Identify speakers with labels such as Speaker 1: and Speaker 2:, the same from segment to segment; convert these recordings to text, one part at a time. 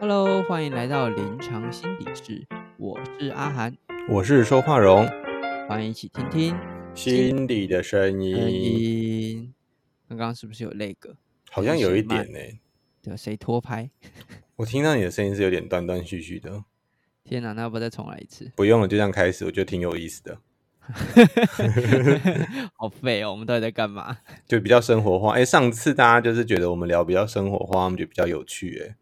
Speaker 1: Hello，欢迎来到临床心理室，我是阿涵，
Speaker 2: 我是说话荣，
Speaker 1: 欢迎一起听听
Speaker 2: 心里的声
Speaker 1: 声
Speaker 2: 音
Speaker 1: 音。刚刚是不是有那个？
Speaker 2: 好像有一点
Speaker 1: 声
Speaker 2: 呢、
Speaker 1: 对，啊谁拖拍？
Speaker 2: 我听到你的声音是有点断断续续的，
Speaker 1: 天哪，那要不要再重来一次？
Speaker 2: 不用了，就这样开始，我觉得挺有意思的，
Speaker 1: 好废哦，我们到底在干嘛？
Speaker 2: 就比较生活化。哎、上次大家就是觉得我们聊比较生活化，他们觉得比较有趣、诶哎，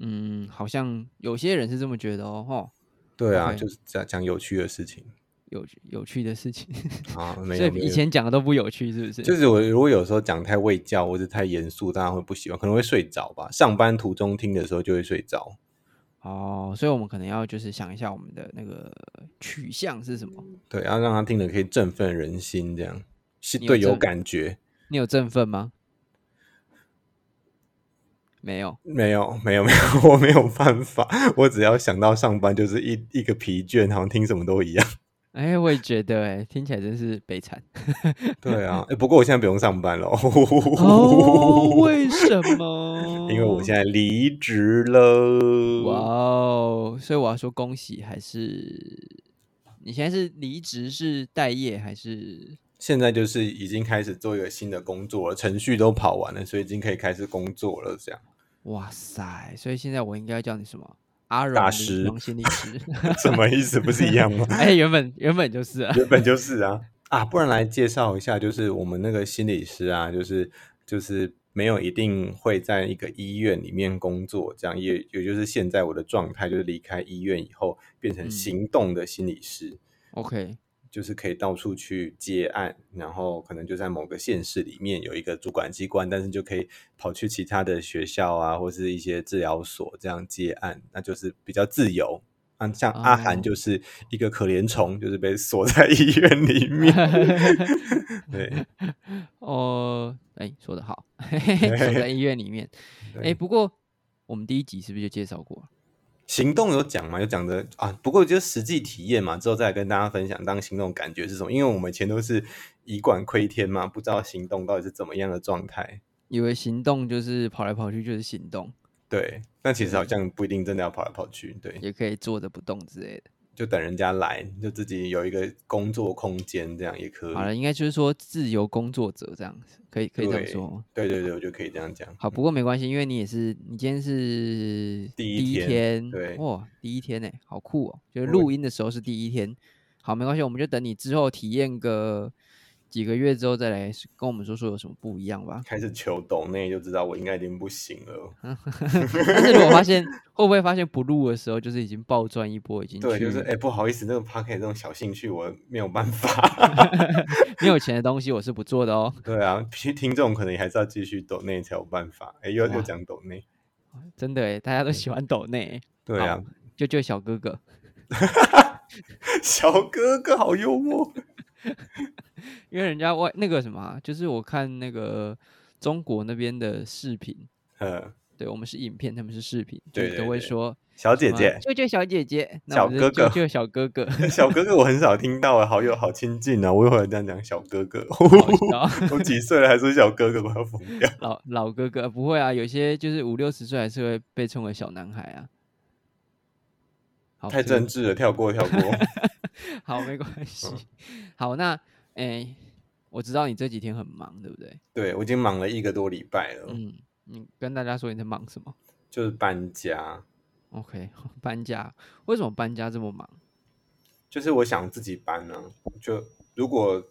Speaker 1: 嗯，好像有些人是这么觉得哦，吼，
Speaker 2: 对啊
Speaker 1: OK
Speaker 2: 就是讲讲有趣的事情
Speaker 1: 有有趣的事情，
Speaker 2: 啊， 没
Speaker 1: 所
Speaker 2: 有
Speaker 1: 以
Speaker 2: 没
Speaker 1: 以
Speaker 2: 有。
Speaker 1: 前讲的都不有趣，是不是？
Speaker 2: 就是我如果有时候讲太畏教或者太严肃，大家会不喜欢，可能会睡着吧。上班途中听的时候就会睡着。
Speaker 1: 哦，所以我们可能要就是想一下我们的那个取向是什么。
Speaker 2: 对，要让他听了可以振奋人心，这样是
Speaker 1: 你有
Speaker 2: 对有
Speaker 1: 振
Speaker 2: 感觉。
Speaker 1: 你有振奋吗？没有，
Speaker 2: 没有，没有，没有， 我没有办法。我只要想到上班，就是一一个疲倦，好像听什么 都一样。
Speaker 1: 哎，我也觉得，哎，听起来真是悲惨。
Speaker 2: 对啊，诶不过我现在不用上班了，
Speaker 1: 哦，为什么？
Speaker 2: 因为我现在离职了。
Speaker 1: 哇哦，所以我要说恭喜，还是你现在是离职是待业还是？
Speaker 2: 现在就是已经开始做一个新的工作了，程序都跑完了，所以已经可以开始工作了。这样
Speaker 1: 哇塞，所以现在我应该叫你什么？阿荣
Speaker 2: 大
Speaker 1: 临
Speaker 2: 师
Speaker 1: 床心理师。？
Speaker 2: 什么意思？不是一样吗
Speaker 1: 哎，原本原本就是啊。
Speaker 2: 原本就是啊 啊，不然来介绍一下，就是我们那个心理师啊，就是就是没有一定会在一个医院里面工作，这样也也就是现在我的状态，就是离开医院以后变成
Speaker 1: 嗯
Speaker 2: 行动的心理师，
Speaker 1: OK，
Speaker 2: 就是可以到处去接案，然后可能就在某个县市里面有一个主管机关，但是就可以跑去其他的学校啊，或是一些治疗所这样接案，那就是比较自由。啊，像阿
Speaker 1: 哦
Speaker 2: 涵就是一个可怜虫，就是被锁在医院里面。对，
Speaker 1: 哦，哎，说的好， 守在医院里面。哎，
Speaker 2: 对
Speaker 1: 不过我们第一集是不是就介绍过了？
Speaker 2: 行动有讲嘛，有讲的啊。不过就是实际体验嘛，之后再来跟大家分享当行动感觉是什么。因为我们以前都是以管窥天嘛，不知道行动到底是怎么样的状态。
Speaker 1: 以为行动就是跑来跑去就是行动，
Speaker 2: 对，但其实好
Speaker 1: 对
Speaker 2: 像不一定真的要跑来跑去，对，
Speaker 1: 也可以坐着不动之类的。
Speaker 2: 就等人家来，就自己有一个工作空间，这样也可
Speaker 1: 好了，
Speaker 2: 以。
Speaker 1: 应该就是说自由工作者这样子，可以可以这样
Speaker 2: 对
Speaker 1: 说吗？
Speaker 2: 对对对，我就可以这样讲。
Speaker 1: 好，不过没关系，因为你也是，你今天是
Speaker 2: 第一
Speaker 1: 一
Speaker 2: 天
Speaker 1: 天，
Speaker 2: 对
Speaker 1: 哇，第一天呢、好酷哦！就是
Speaker 2: 我
Speaker 1: 录音的时候是第一天，好，没关系，我们就等你之后体验个几个月之后再来跟我们说说有什么不一样 吧。
Speaker 2: 开始求抖内就知道我应该已经不行了。
Speaker 1: 嗯但是如果发现会不会发现不录的时候，就是已经暴赚一波，已经
Speaker 2: 对，就是
Speaker 1: 去
Speaker 2: 哎、不好意思，那个 p o c k e t 这种小兴趣我没有办 法。
Speaker 1: 没有钱的东西我是不做的哦，
Speaker 2: 对啊，听听众可能还是要继续抖内才有办法。哎、又
Speaker 1: 哇
Speaker 2: 又讲抖内。
Speaker 1: 真的诶，欸大家都喜欢抖内欸，
Speaker 2: 嗯对啊，
Speaker 1: 就就小哥哥，
Speaker 2: 小哥哥好幽默。
Speaker 1: 因为人家外那个什么啊、就是我看那个中国那边的视频，
Speaker 2: 嗯，
Speaker 1: 对我们是影片，他们是视频，就
Speaker 2: 对
Speaker 1: 是
Speaker 2: 对
Speaker 1: 都会
Speaker 2: 对
Speaker 1: 说
Speaker 2: 小
Speaker 1: 什
Speaker 2: 姐
Speaker 1: 么
Speaker 2: 姐，
Speaker 1: 舅舅小姐姐，那
Speaker 2: 小
Speaker 1: 我们
Speaker 2: 哥
Speaker 1: 就舅
Speaker 2: 哥
Speaker 1: 舅小哥 哥，
Speaker 2: 小哥哥我很少听到啊，好友好亲近啊，我也会这样讲小哥哥。
Speaker 1: 好笑
Speaker 2: 我几岁了还说小哥哥，我要疯掉。
Speaker 1: 老老哥哥不会啊，有些就是五六十岁还是会被称为小男孩啊。好，
Speaker 2: 太嗯
Speaker 1: 这个
Speaker 2: 政治了，跳过跳过。
Speaker 1: 好，没 关系。好，那诶、我知道你这几天很忙，对不对？
Speaker 2: 对我已经忙了一个多礼拜了，
Speaker 1: 嗯，你跟大家说你在忙什么
Speaker 2: 就是搬家，
Speaker 1: ？OK，搬 家。为什么搬家这么忙？
Speaker 2: 就是我想自己搬呢、就如果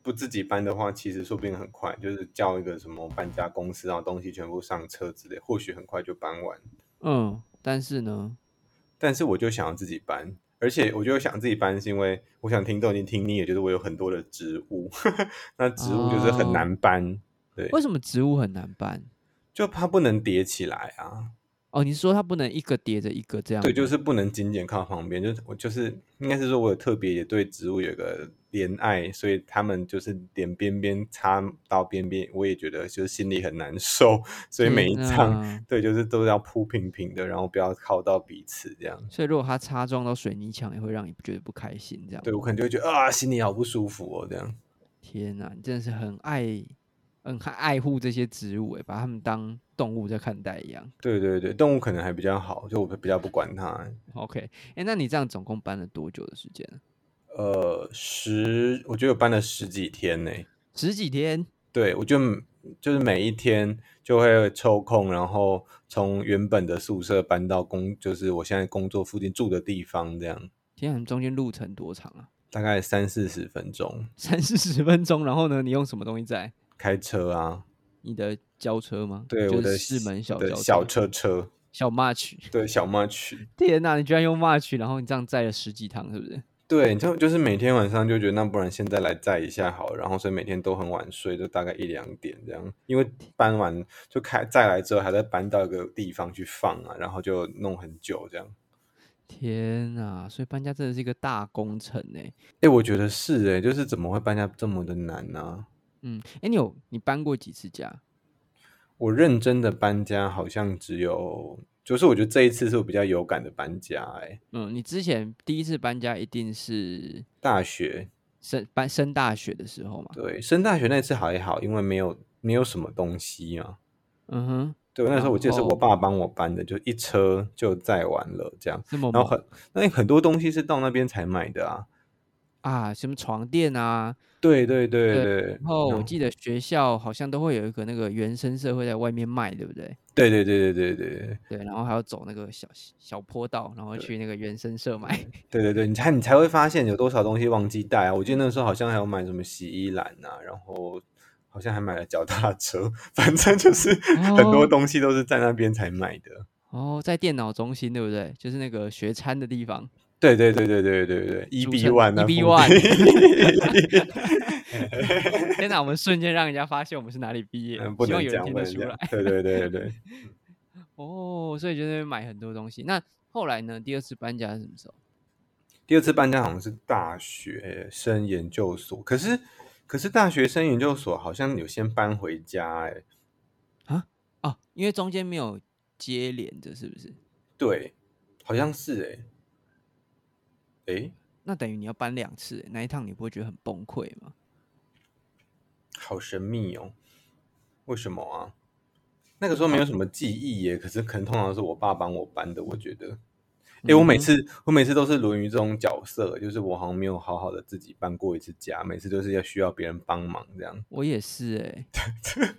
Speaker 2: 不自己搬的话，其实说不定很快，就是叫一个什么搬家公司，然后东西全部上车之类，或许很快就搬完。
Speaker 1: 嗯，但是呢，
Speaker 2: 但是我就想要自己搬，而且我就想自己搬，是因为我想听都已经听腻了，就是我有很多的植物， 那植物就是很难搬，对
Speaker 1: 为什么植物很难搬？
Speaker 2: 就它不能叠起来啊，
Speaker 1: 哦，你是说它不能一个叠着一个这样吗？
Speaker 2: 对，就是不能紧紧靠旁边，就是我就是应该是说我有特别也对植物有个怜爱，所以他们就是连边边插到边边，我也觉得就是心里很难受，所以每一
Speaker 1: 天
Speaker 2: 张
Speaker 1: 哪
Speaker 2: 对就是都要铺平平的，然后不要靠到彼此这样。
Speaker 1: 所以如果它擦撞到水泥墙，也会让你觉得不开心，这样。
Speaker 2: 对，我可能就会觉得啊，心里好不舒服哦，这样。
Speaker 1: 天哪，你真的是很爱嗯，很爱护这些植物、欸，把它们当动物在看待一样。
Speaker 2: 对对对，动物可能还比较好，就我比较不管它。
Speaker 1: OK，哎、那你这样总共搬了多久的时间啊？
Speaker 2: 呃，十，我觉得我搬了十几天呢、
Speaker 1: 十几天？
Speaker 2: 对，我就就是每一天就会抽空，然后从原本的宿舍搬到工，就是我现在工作附近住的地方，这样
Speaker 1: 天啊，你中间路程多长啊？
Speaker 2: 大概三四十分钟
Speaker 1: 三四十分钟，然后呢，你用什么东西载？
Speaker 2: 开车啊。
Speaker 1: 你的轿车吗？
Speaker 2: 对，
Speaker 1: 就是
Speaker 2: 我的
Speaker 1: 四门小
Speaker 2: 我的
Speaker 1: 轿
Speaker 2: 小车车，
Speaker 1: 小 March。
Speaker 2: 对小 March，
Speaker 1: 天哪、你居然用 March，然后你这样载了十几趟，是不是？
Speaker 2: 对，就就是每天晚上就觉得，那不然现在来载一下好了，然后所以每天都很晚睡，就大概一两点这样。因为搬完就开载来之后，还在搬到一个地方去放啊，然后就弄很久这样。
Speaker 1: 天哪、所以搬家真的是一个大工程哎、
Speaker 2: 哎，我觉得是哎，就是怎么会搬家这么的难呢、
Speaker 1: 嗯，哎、你有你搬过几次家？
Speaker 2: 我认真的搬家好像只有，就是我觉得这一次是我比较有感的搬家哎，
Speaker 1: 嗯，你之前第一次搬家一定是
Speaker 2: 大学
Speaker 1: 升搬升大学的时候嘛？
Speaker 2: 对升大学那次还好，因为没有没有什么东西嘛。
Speaker 1: 嗯哼，
Speaker 2: 对，那时候我记得是
Speaker 1: 然后
Speaker 2: 我爸帮我搬的，就一车就载完了这样。
Speaker 1: 这么
Speaker 2: 然
Speaker 1: 猛
Speaker 2: 后很那很多东西是到那边才买的啊。
Speaker 1: 啊，什么床垫啊，
Speaker 2: 对对对
Speaker 1: 对
Speaker 2: 对，
Speaker 1: 然后我
Speaker 2: 嗯
Speaker 1: 记得学校好像都会有一个那个原生社会在外面卖，对不对？
Speaker 2: 对对对对对对
Speaker 1: 对，然后还要走那个小小坡道，然后去那个原生社买。
Speaker 2: 对对对，你才你才会发现有多少东西忘记带啊！我记得那时候好像还有买什么洗衣篮啊，然后好像还买了脚踏车，反正就是很
Speaker 1: 哦
Speaker 2: 多东西都是在那边才买的。
Speaker 1: 哦，在电脑中心，对不对？就是那个学餐的地方。
Speaker 2: 对对对对对对对，E
Speaker 1: 组
Speaker 2: B
Speaker 1: 成
Speaker 2: one 啊
Speaker 1: EB
Speaker 2: 附近
Speaker 1: 天哪，我们瞬间让人家发现我们是哪里毕业，
Speaker 2: 嗯，不
Speaker 1: 希望
Speaker 2: 能
Speaker 1: 有人
Speaker 2: 讲，
Speaker 1: 听
Speaker 2: 不
Speaker 1: 得
Speaker 2: 能
Speaker 1: 出
Speaker 2: 讲
Speaker 1: 来。。
Speaker 2: 对对对对 对。
Speaker 1: 哦，所以就在那边买很多东西。那后来呢？第二次搬家是什么时候？
Speaker 2: 第二次搬家好像是大学生研究所，可是可是大学生研究所好像有先搬回家哎、
Speaker 1: 哦，因为中间没有接连着，是不是？
Speaker 2: 对，好像是哎、哎、
Speaker 1: 那等于你要搬两次，欸那一趟你不会觉得很崩溃吗？
Speaker 2: 好神秘哦，为什么啊？那个时候没有什么记忆耶，可是可能通常是我爸帮我搬的，我觉得。哎、我
Speaker 1: 嗯
Speaker 2: 每
Speaker 1: 哼
Speaker 2: 次我每次都是沦于这种角色，就是我好像没有好好的自己搬过一次家，每次都是要需要别人帮忙这样。
Speaker 1: 我也是哎、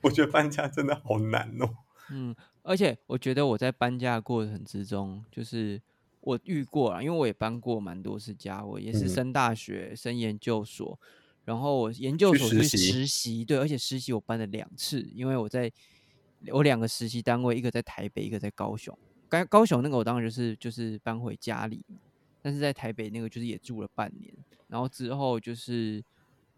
Speaker 2: 我觉得搬家真的好难哦。
Speaker 1: 嗯，而且我觉得我在搬家的过程之中，就是我遇过啊，因为我也搬过蛮多次家，我也是
Speaker 2: 嗯
Speaker 1: 升大学、升研究所，然后我研究
Speaker 2: 去
Speaker 1: 所
Speaker 2: 实
Speaker 1: 去
Speaker 2: 习
Speaker 1: 实习，对，而且实习我搬了两次，因为我在我两个实习单位，一个在台北，一个在高雄。高高雄那个我当然就是就是搬回家里嘛，但是在台北那个就是也住了半年，然后之后就是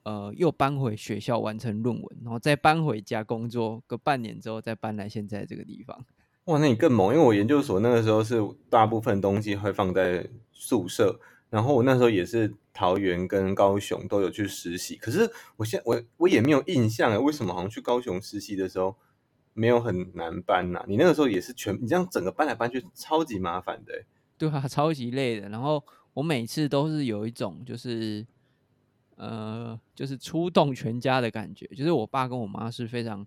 Speaker 1: 呃又搬回学校完成论文，然后再搬回家工作个半年之后，再搬来现在这个地方。
Speaker 2: 哇，那你更猛，因为我研究所那个时候是大部分东西会放在宿舍，然后我那时候也是桃园跟高雄都有去实习，可是我现我我也没有印象哎，为什么好像去高雄实习的时候没有很难搬呐、你那个时候也是全，你这样整个搬来搬去超级麻烦的欸。
Speaker 1: 对啊， 超级累的。然后我每次都是有一种就是呃，就是出动全家的感觉。就是我爸跟我妈是非常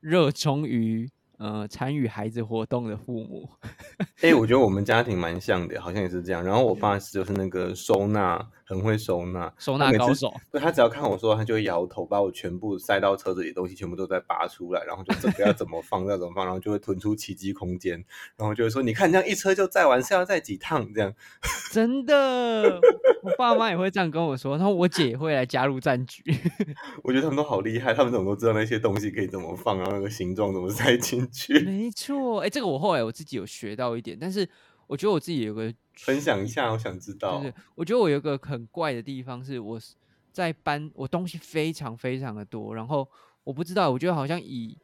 Speaker 1: 热衷于呃参与孩子活动的父母。
Speaker 2: 哎，我觉得我们家庭蛮像的，好像也是这样。然后我爸是就是那个收纳很会收纳，
Speaker 1: 收
Speaker 2: 他
Speaker 1: 纳
Speaker 2: 每
Speaker 1: 高
Speaker 2: 次
Speaker 1: 手。
Speaker 2: 对他只要看我说，他就会摇头，把我全部塞到车子里的东西全部都再拔出来，然后就这个要怎么放，要怎么放，然后就会囤出奇迹空间，然后就会说，你看这样一车就载完，是要载几趟这样？
Speaker 1: 真的，我爸妈也会这样跟我说，然后我姐也会来加入战 局。
Speaker 2: 我觉得他们都好厉害，他们怎么都知道那些东西可以怎么放，然后那个形状怎么塞进去。
Speaker 1: 没错，哎、这个我后来我自己有学到一点，但是我觉得我自己有个
Speaker 2: 分享一下，我想知道
Speaker 1: 就是我觉得我有一个很怪的地方是，我是在搬我东西非常非常的多，然后我不知道，我觉得好像以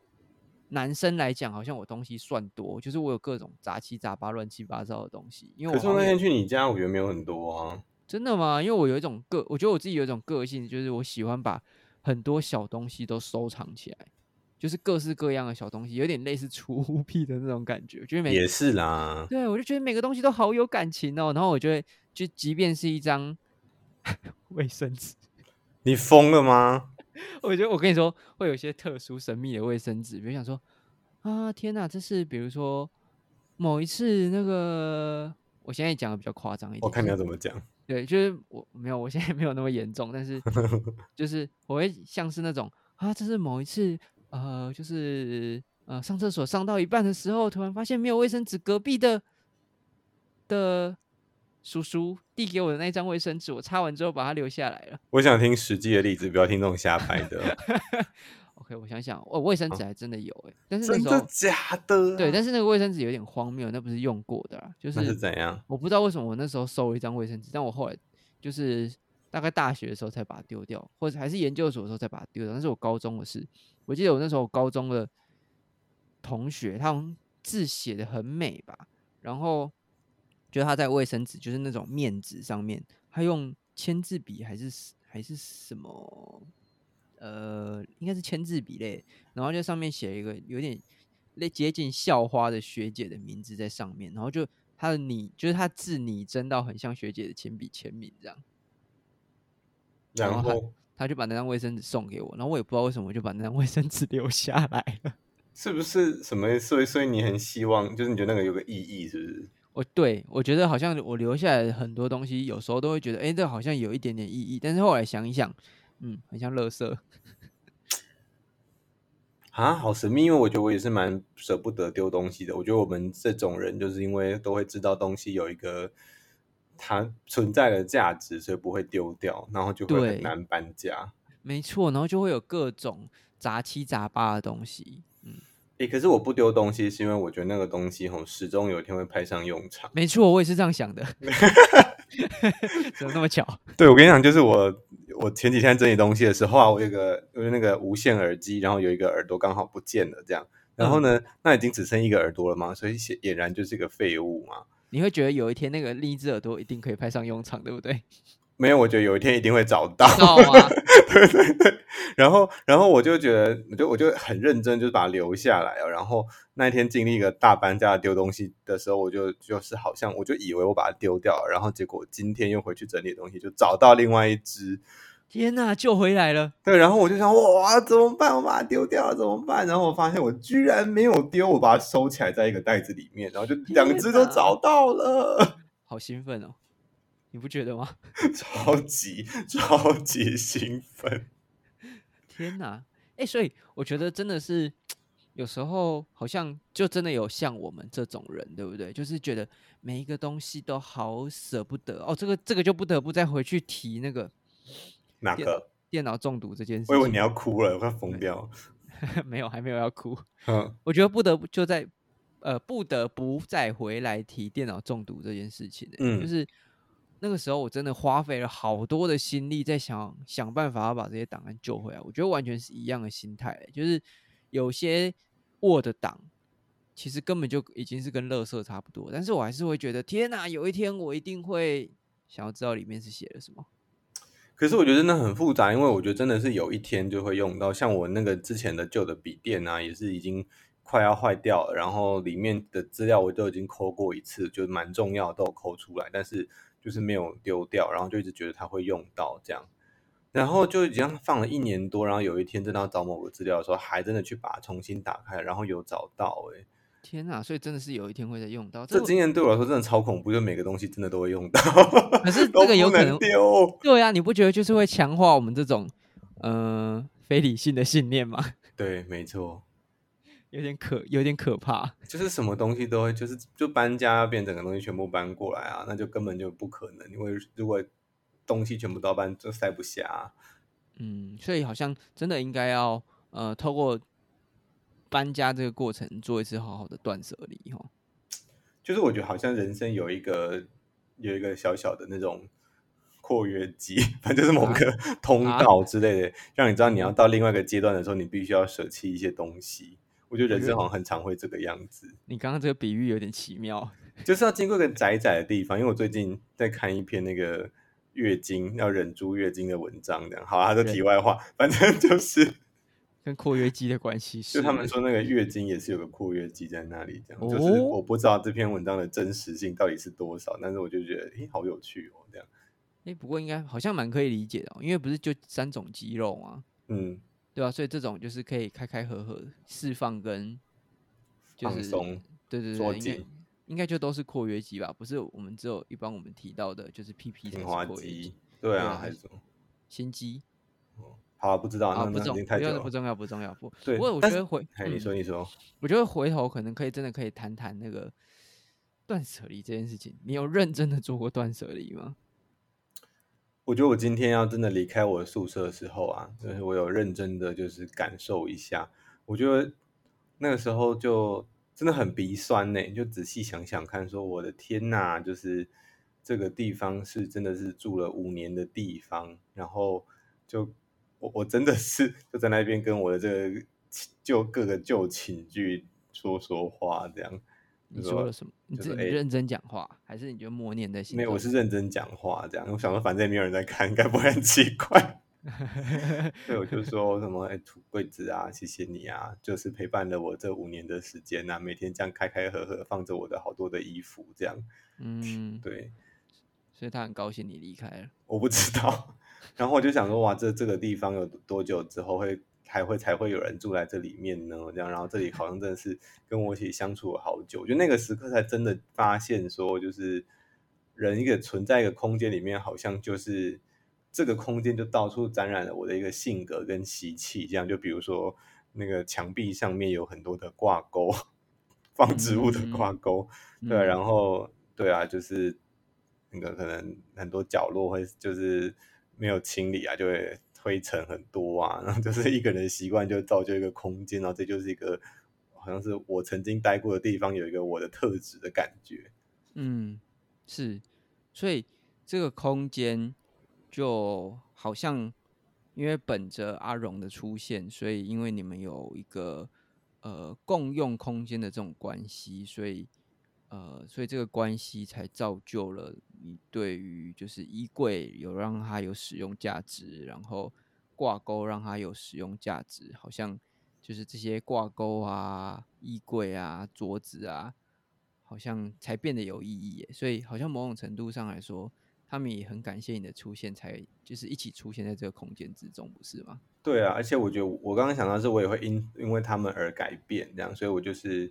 Speaker 1: 男生来讲，好像我东西算多，就是我有各种杂七杂八、乱七八糟的东西。因为
Speaker 2: 可
Speaker 1: 我
Speaker 2: 是
Speaker 1: 好
Speaker 2: 我那
Speaker 1: 像有
Speaker 2: 天去你家，我觉得没有很多啊。
Speaker 1: 真的吗？因为我有一种个，我觉得我自己有一种个性，就是我喜欢把很多小东西都收藏起来，就是各式各样的小东西，有点类似储物癖的那种感觉。就是每
Speaker 2: 也是 啦，
Speaker 1: 对，我就觉得每个东西都好有感情哦。然后我就会，就即便是一张 卫生纸，
Speaker 2: 你疯了吗？
Speaker 1: 我觉得我跟你说，会有一些特殊神秘的卫生纸，比如想说啊，天哪，这是比如说某一次那个，我现在讲的比较夸张一点，
Speaker 2: 我看你要怎么讲。
Speaker 1: 对，就是我没有，我现在 没有那么严重，但 是就是我会像是那种啊，这是某一次呃，就是呃上厕所上到一半的时候，突然发现没有卫生纸，隔壁的的叔叔递给我的那张卫生纸，我擦完之后把它留下来了。
Speaker 2: 我想听实际的例子，不要听这种瞎掰的。
Speaker 1: OK，我想想，哦，卫生纸还真的有哎、但 是那
Speaker 2: 真
Speaker 1: 时
Speaker 2: 的
Speaker 1: 候
Speaker 2: 假的、
Speaker 1: 对，但是那个卫生纸有点荒谬，那不是用过的啦，啊就
Speaker 2: 那
Speaker 1: 是
Speaker 2: 是怎样？
Speaker 1: 我不知道为什么我那时候收了一张卫生纸，但我后来就是大概大学的时候才把它丢掉，或者还是研究所的时候才把它丢掉。但是我高中的事，我记得我那时候高中的同学，他好像字写的很美吧，然后就他在卫生纸，就是那种面纸上面，他用签字笔还是 s- 还是什么，呃，应该是签字笔类，然后就上面写了一个有点类接近校花的学姐的名字在上面，然后就他的拟就是他字拟真到很像学姐的铅笔签名这样，然
Speaker 2: 然
Speaker 1: 后还
Speaker 2: 后
Speaker 1: 他就把那张卫生纸送给我，然后我也不知道为什么我就把那张卫生纸 留下来了。
Speaker 2: 是不是什么？所以所以你很希望，就是你觉得那个有个意义，是不是？
Speaker 1: 我对我觉得好像我留下来的很多东西，有时候都会觉得，哎，这好像有一点点意义。但是后来想一想，嗯，很像垃圾。
Speaker 2: 啊，好神秘，因为我觉得我也是蛮舍不得丢东西的。我觉得我们这种人，就是因为都会知道东西有一个它存在的价值，所以不会丢掉，然后就会
Speaker 1: 对
Speaker 2: 很难搬家。
Speaker 1: 没错，然后就会有各种杂七杂八的东西。嗯，
Speaker 2: 诶，可是我不丢东西，是因为我觉得那个东西吼，始终有一天会派上用场。
Speaker 1: 没错，我也是这样想的。 怎么那么巧？
Speaker 2: 对，我跟你讲，就是我我前几天整理东西的时候啊，我有个我有那个无线耳机，然后有一个耳朵刚好不见了，这样。然后呢，那已经只剩一个耳朵了嘛，所以显俨然就是一个废物嘛。
Speaker 1: 你会觉得有一天那个另一只耳朵一定可以派上用场，对不对？
Speaker 2: 没有，我觉得有一天一定会找 到。
Speaker 1: 知道啊，
Speaker 2: 对对对。然后，然后我就觉得，我就我就很认真，就是把它留下来哦。然后那一天经历一个大搬家的丢东西的时候，我就就是好像我就以为我把它丢掉了，然后结果今天又回去整理东西，就找到另外一只。
Speaker 1: 天哪，救回来了！
Speaker 2: 对，然后我就想，哇，怎么办？我把它丢掉了，怎么办？然后我发现我居然没有丢，我把它收起来在一个袋子里面，然后就两只都
Speaker 1: 天哪
Speaker 2: 找到了，
Speaker 1: 好兴奋哦，你不觉得吗？
Speaker 2: 超级超级兴奋。
Speaker 1: 天呐，哎、所以我觉得真的是有时候好像就真的有像我们这种人，对不对？就是觉得每一个东西都好舍不得哦，这个这个就不得不再回去提那个
Speaker 2: 哪
Speaker 1: 电脑
Speaker 2: 个？
Speaker 1: 电脑中毒这件事
Speaker 2: 我以为你
Speaker 1: 情。
Speaker 2: 要哭了，我快疯掉。
Speaker 1: 没有，还没有要哭。
Speaker 2: 嗯，
Speaker 1: 我觉得不得不就在呃不得不再回来提电脑中毒这件事情、欸。
Speaker 2: 嗯
Speaker 1: 就是那个时候我真的花费了好多的心力在想想办法要把这些档案救回来。我觉得完全是一样的心态欸、就是有些 Word 档。其实根本就已经是跟垃圾差不多，但是我还是会觉得天哪，有一天我一定会想要知道里面是写了什么。
Speaker 2: 可是我觉得真的很复杂，因为我觉得真的是有一天就会用到，像我那个之前的旧的笔电啊，也是已经快要坏掉了，然后里面的资料我都已经抠过一次，就是蛮重要的都有抠出来，但是就是没有丢掉，然后就一直觉得它会用到这样，然后就已经放了一年多，然后有一天真的要找某个资料的时候，还真的去把它重新打开，然后有找到、欸，
Speaker 1: 天哪，所以真的是有一天会再用到。
Speaker 2: 这
Speaker 1: 我
Speaker 2: 经验对我来说真的超恐怖，就每个东西真的都会用到，
Speaker 1: 可是
Speaker 2: 都
Speaker 1: 这个有
Speaker 2: 不
Speaker 1: 可
Speaker 2: 能
Speaker 1: 能
Speaker 2: 丢。
Speaker 1: 对啊，你不觉得就是会强化我们这种呃非理性的信念吗？
Speaker 2: 对，没错，
Speaker 1: 有点可有点可怕。
Speaker 2: 就是什么东西都会，就是就搬家要变整个东西全部搬过来啊，那就根本就不可能，因为如果东西全部都要搬，就塞不下啊、
Speaker 1: 嗯，所以好像真的应该要呃透过搬家这个过程做一次好好的断舍离哦哈。
Speaker 2: 就是我觉得好像人生有一个有一个小小的那种括约肌， 反正就是某个通道之类的，让你知道你要到另外一个阶段的时候，你必须要舍弃一些东西。我觉得人生好像很常会这个样子。
Speaker 1: 你刚刚这个比喻有点奇妙，
Speaker 2: 就是要经过一个窄窄的地方，因为我最近在看一篇那个月经要忍住月经的文章，这样好、啊，它是
Speaker 1: 忍
Speaker 2: 题外话，反正就是
Speaker 1: 跟括约肌的关系是
Speaker 2: 就他们说那个月经也是有个括约肌在那里，这样、
Speaker 1: 哦
Speaker 2: 就是我不知道这篇文章的真实性到底是多少，但是我就觉得诶、好有趣哦，这样
Speaker 1: 哎、诶不过应该好像蛮可以理解的哦、因为不是就三种肌肉吗？
Speaker 2: 嗯，
Speaker 1: 对吧、所以这种就是可以开开合合释放跟就
Speaker 2: 放
Speaker 1: 是
Speaker 2: 松，
Speaker 1: 对对
Speaker 2: 缩
Speaker 1: 对，应该
Speaker 2: 紧
Speaker 1: 应该就都是括约肌吧？不是我们只有一般我们提到的，就是 PP 才
Speaker 2: 平
Speaker 1: 是
Speaker 2: 滑
Speaker 1: 括约肌
Speaker 2: 肌，，对
Speaker 1: 对
Speaker 2: 啊，
Speaker 1: 啊
Speaker 2: 还是什么？
Speaker 1: 心肌
Speaker 2: 好啊，不知道，
Speaker 1: 啊
Speaker 2: 那
Speaker 1: 不
Speaker 2: 那已
Speaker 1: 重
Speaker 2: 经
Speaker 1: 要，
Speaker 2: 太久
Speaker 1: 不
Speaker 2: 了
Speaker 1: 不。重要不重要不。
Speaker 2: 对
Speaker 1: 不过我
Speaker 2: 但
Speaker 1: 觉
Speaker 2: 是
Speaker 1: 得回，
Speaker 2: 哎，你
Speaker 1: 嗯
Speaker 2: 说，你说，
Speaker 1: 我觉得回头可能可以真的可以谈谈那个断舍离这件事情。你有认真的做过断舍离吗？
Speaker 2: 我觉得我今天要真的离开我的宿舍的时候啊，就是我有认真的就是感受一下，我觉得那个时候就真的很鼻酸呢、就仔细想想看，说我的天呐，就是这个地方是真的是住了五年的地方，然后就我我真的是就在那边跟我的这个亲就各个旧寝具说说话这样。
Speaker 1: 你
Speaker 2: 就
Speaker 1: 说
Speaker 2: 说
Speaker 1: 了什么？你
Speaker 2: 就
Speaker 1: 自
Speaker 2: 说
Speaker 1: 己
Speaker 2: 哎
Speaker 1: 认真讲话，还是你就默念在心
Speaker 2: 没
Speaker 1: 中？
Speaker 2: 有，我是认真讲话这样。我想说，反正也没有人在看，应该不会很奇怪。对，我就说什么哎，土柜子啊，谢谢你啊，就是陪伴了我这五年的时间呐、啊每天这样开开合合放着我的好多的衣服，这样
Speaker 1: 嗯，
Speaker 2: 对，
Speaker 1: 所以他很高兴你离开了。
Speaker 2: 我不知道。 然后我就想说，哇，这这个地方有多久之后会还会才会有人住在这里面呢？这样，然后这里好像真的是跟我一起相处了好久，我觉得那个时刻才真的发现说，就是人一个存在一个空间里面，好像就是这个空间就到处沾染了我的一个性格跟习气。这样，就比如说那个墙壁上面有很多的挂钩， 放植物的挂钩，对啊，
Speaker 1: 嗯
Speaker 2: 然后对啊，就是那个可能很多角落会就是没有清理啊，就会灰尘很多啊，然后就是 一个人的习惯就造就一个空间，然后这就是一个好像是我曾经待过的地方有一个我的特质的感觉，
Speaker 1: 嗯，是，所以这个空间就好像因为本着阿荣的出现，所以因为你们有一个呃共用空间的这种关系，所以呃，所以这个关系才造就了你对于就是衣柜有让它有使用价值，然后挂钩让它有使用价值，好像就是这些挂钩啊、衣柜啊、桌子啊，好像才变得有意义耶。所以好像某种程度上来说，他们也很感谢你的出现，才就是一起出现在这个空间之中，不是吗？
Speaker 2: 对啊，而且我觉得我刚刚想到是，我也会因因为他们而改变，这样，所以我就是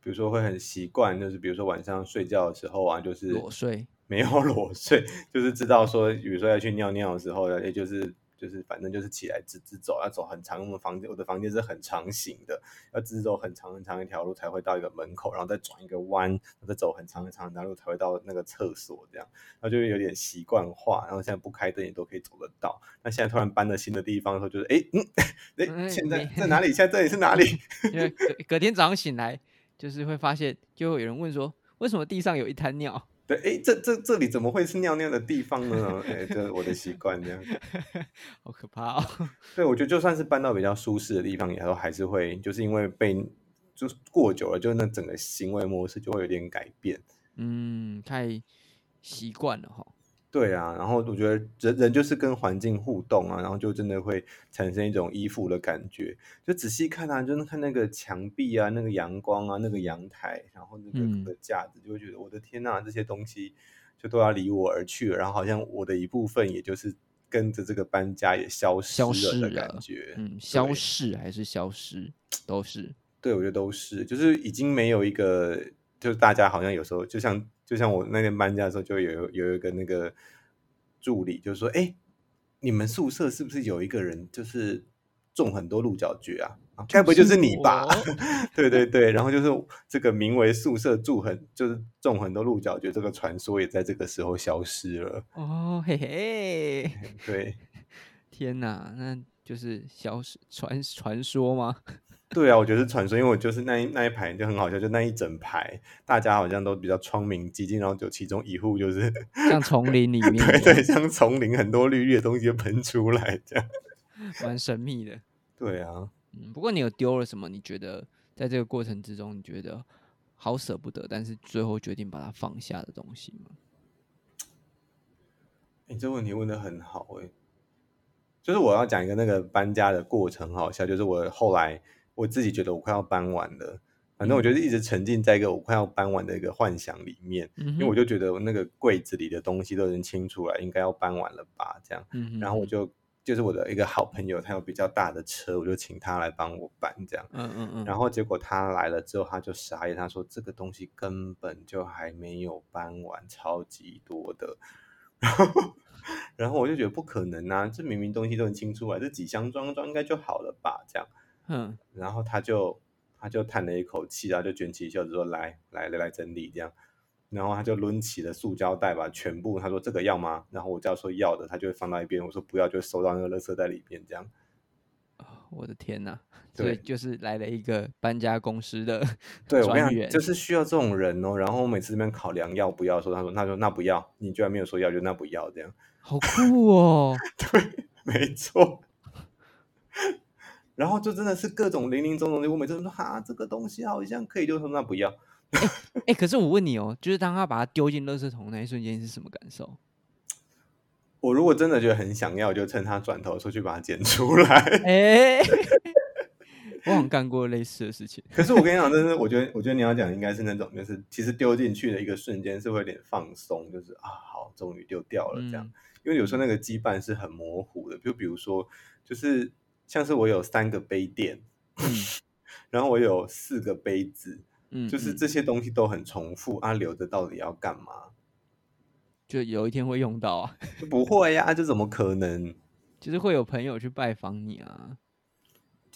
Speaker 2: 比如说会很习惯，就是比如说晚上睡觉的时候啊，就是
Speaker 1: 裸睡，
Speaker 2: 没有裸睡，就是知道说，比如说要去尿尿的时候，也就是就是反正就是起来直直走，要走很长。我们房间我的房间是很长型的，要直走很长很长一条路才会到一个门口，然后再转一个弯，然后再走很长很长一条路才会到那个厕所，这样，然后就会有点习惯化。然后现在不开灯也都可以走得到。那现在突然搬到新的地方的时候，就是哎嗯，
Speaker 1: 哎
Speaker 2: 哎，现在
Speaker 1: 没
Speaker 2: 在哪里？现在这里是哪里？
Speaker 1: 因为隔隔天早上醒来，就是会发现，就会有人问说，为什么地上有一滩尿？
Speaker 2: 对，哎，这这这里怎么会是尿尿的地方呢？哎，这是我的习惯这样。
Speaker 1: 好可怕哦！
Speaker 2: 对，我觉得就算是搬到比较舒适的地方，也都还是会，就是因为被就是过久了，就那整个行为模式就会有点改变。
Speaker 1: 嗯，太习惯了哈。
Speaker 2: 对啊，然后我觉得人人就是跟环境互动啊，然后就真的会产生一种依附的感觉。就仔细看啊，就是看那个墙壁啊，那个阳光啊，那个阳台，然后那个
Speaker 1: 嗯
Speaker 2: 各个架子，就会觉得我的天呐，这些东西就都要离我而去了，然后好像我的一部分，也就是跟着这个搬家也消失
Speaker 1: 消失
Speaker 2: 了的
Speaker 1: 了
Speaker 2: 感觉。
Speaker 1: 嗯，消
Speaker 2: 对
Speaker 1: 逝还是消失，都是。
Speaker 2: 对，我觉得都是，就是已经没有一个，就是大家好像有时候，就像就像我那天搬家的时候，就有有一个那个助理就说：“哎，你们宿舍是不是有一个人就是种很多鹿角蕨啊？啊该不会就是你吧？”
Speaker 1: 哦
Speaker 2: 对对对，然后就是这个名为宿舍住很就是种很多鹿角蕨这个传说也在这个时候消失了。
Speaker 1: 我？哦，嘿嘿，
Speaker 2: 对
Speaker 1: 天哪，那就是消失传传说吗？
Speaker 2: 对啊，我觉得是传说，因为我就是那一那一排就很好笑，就那一整排大家好像都比较窗明几净，然后就其中一户就是
Speaker 1: 像丛林里面啊一
Speaker 2: 对
Speaker 1: 样
Speaker 2: 对，像丛林很多绿绿的东西就喷出来这样。
Speaker 1: 蛮神秘的。
Speaker 2: 对啊，
Speaker 1: 嗯，不过你有丢了什么？你觉得在这个过程之中，你觉得好舍不得，但是最后决定把它放下的东西吗？
Speaker 2: 你、这问题问的很好哎、就是我要讲一个那个搬家的过程，很好笑，就是我后来我自己觉得我快要搬完了，反正我
Speaker 1: 嗯
Speaker 2: 觉得一直沉浸在一个我快要搬完的一个幻想里面，
Speaker 1: 嗯
Speaker 2: 因为我就觉得我那个柜子里的东西都已经清出来，应该要搬完了吧，这样。
Speaker 1: 嗯哼
Speaker 2: 然后我
Speaker 1: 哼
Speaker 2: 就就是我的一个好朋友，他有比较大的车，我就请他来帮我搬这样。
Speaker 1: 嗯嗯嗯，
Speaker 2: 然后结果他来了之后，他就傻眼，他说这个东西根本就还没有搬完，超级多的。 然后，然后我就觉得不可能啊，这明明东西都已经清出来，这几箱装装应该就好了吧？这样，
Speaker 1: 嗯，
Speaker 2: 然后他就他就叹了一口气，然后就卷起袖子说：“来来来来整理这样。”然后他就抡起了塑胶袋吧，全部他说：“这个要吗？”然后我就要说要的，他就会放到一边；我说不要，就收到那个垃圾袋里面这样。
Speaker 1: 我的天呐，所
Speaker 2: 对
Speaker 1: 以就是来了一个搬家公司的
Speaker 2: 对，我跟
Speaker 1: 专
Speaker 2: 你
Speaker 1: 员
Speaker 2: 讲，，就是需要这种人哦。然后我每次这边考量要不要的时候，他说：“那就那不要。”你居然没有说要，就那不要这样。
Speaker 1: 好酷哦！
Speaker 2: 没错。然后就真的是各种零零总总的，我每次都说哈，这个东西好像可以，就说那不要。
Speaker 1: 哎、可是我问你哦，就是当他把它丢进垃圾桶那一瞬间，你是什么感 受？
Speaker 2: 我如果真的觉得很想要，就趁他转头出去把它捡出来。
Speaker 1: 哎、我好像干过类似的事情。
Speaker 2: 可是我跟你讲，真的，我觉得，我觉得你要讲应该是那种，就是其实丢进去的一个瞬间是会有点放松，就是啊，好，终于丢掉了哦这样。
Speaker 1: 嗯
Speaker 2: 因为有时候那个羁绊是很模糊的，就比如说，就是像是我有三个杯垫，然后我有四个杯子，
Speaker 1: 嗯，
Speaker 2: 就是
Speaker 1: 嗯
Speaker 2: 这些东西都很重复啊，留着到底要干嘛？
Speaker 1: 就有一天会用到啊，
Speaker 2: 就不会呀、这怎么可能？
Speaker 1: 就是会有朋友去拜访你啊。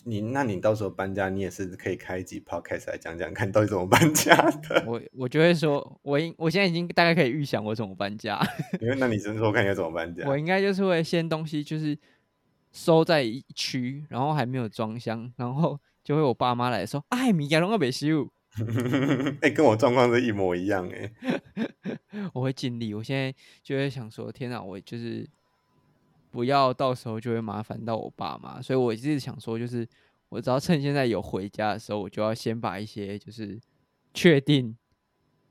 Speaker 2: 你那你到时候搬家，你也是可以开一集 podcast 来讲讲看到底怎么搬家 的。
Speaker 1: 我我就会说，我应我现在已经大概可以预想我怎么搬家。
Speaker 2: 因为那你真说看你要怎么搬家？
Speaker 1: 我 应该就是会先东西就是收在一区，然后还没有装箱，然后就会我爸妈来说，哎，米家龙要被修，
Speaker 2: 哎、跟我状况是一模一样哎、
Speaker 1: 我会尽力。我现在就会想说，天哪，我就是不要到时候就会麻烦到我爸妈，所以我一直想说，就是我只要趁现在有回家的时候，我就要先把一些就是确定。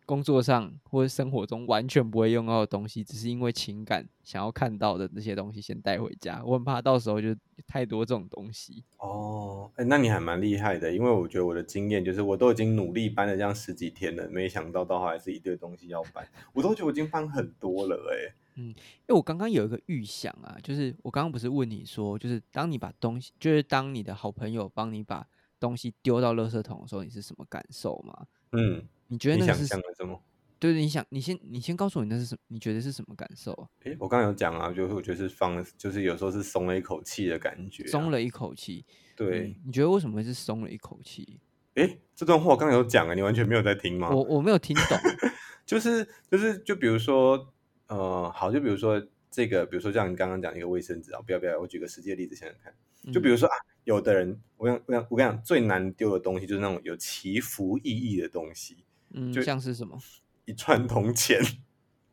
Speaker 1: 工作上或者生活中完全不会用到的东西，只是因为情感想要看到的那些东西，先带回家。我很怕到时候就太多这种东西。
Speaker 2: 哦，哎、那你还蛮厉害的，因为我觉得我的经验就是，我都已经努力搬了这样十几天了，没想到到后来是一堆东西要搬，我都觉得我已经搬很多了哎、
Speaker 1: 因为我刚刚有一个预想啊，就是我刚刚不是问你说，就是当你把东西，就是当你的好朋友帮你把东西丢到垃圾桶的时候，你是什么感受吗？
Speaker 2: 嗯，
Speaker 1: 你觉得
Speaker 2: 你
Speaker 1: 那个
Speaker 2: 想
Speaker 1: 是什
Speaker 2: 象了什么？
Speaker 1: 对，你想，你先，你先告诉我你那是什么，你觉得是什么感受啊？
Speaker 2: 哎、我刚刚有讲啊，就是我觉得是放，就是有时候是松了一口气的感觉、
Speaker 1: 松，了一口气。
Speaker 2: 啊对，
Speaker 1: 嗯你觉得为什么会是松了一口气？
Speaker 2: 诶，这段话我刚刚有讲啊，你完全没有在听吗？
Speaker 1: 我我没有听 懂。
Speaker 2: 就是就是，就比如说，呃，好，就比如说这个，比如说像你刚刚讲一个卫生纸啊，不要不要，我举个实际的例子想想看，就比如
Speaker 1: 嗯
Speaker 2: 说、啊，有的人，我想我想我跟你讲，最难丢的东西就是那种有祈福意义的东西，
Speaker 1: 嗯，
Speaker 2: 就
Speaker 1: 像是什么
Speaker 2: 一串铜钱，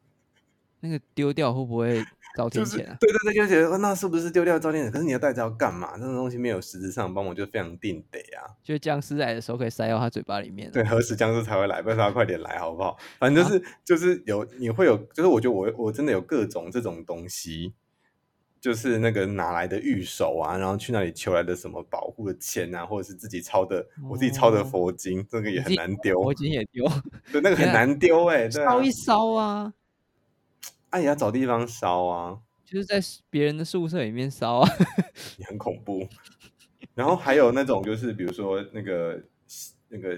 Speaker 1: 那个丢掉会不会遭天
Speaker 2: 就
Speaker 1: 谴
Speaker 2: 是对
Speaker 1: 啊？
Speaker 2: 对对，就觉得哦那是不是丢掉照片？可是你要带着要干嘛？那种东西没有实质上帮我，就非常定得啊。
Speaker 1: 就是僵尸来的时候可以塞到他嘴巴里面啊。
Speaker 2: 对，何时僵尸才会来？拜托他快点来，好不好？反正
Speaker 1: 啊
Speaker 2: 就是、就是有你会有，就是我觉得我我真的有各种这种东西，就是那个哪来的玉手啊，然后去那里求来的什么保护的钱啊，或者是自己抄的，我自己抄的
Speaker 1: 哦
Speaker 2: 佛经，这个
Speaker 1: 你
Speaker 2: 也很
Speaker 1: 自己
Speaker 2: 难丢，
Speaker 1: 我今天也丢，
Speaker 2: 对，那个很
Speaker 1: 天啊
Speaker 2: 难丢哎、 对啊
Speaker 1: 烧一，烧啊。
Speaker 2: 啊也要找地方烧啊，
Speaker 1: 就是在宿别人的宿舍里面烧啊。
Speaker 2: 也很恐怖。然后还有那种就是比如说那个洗那个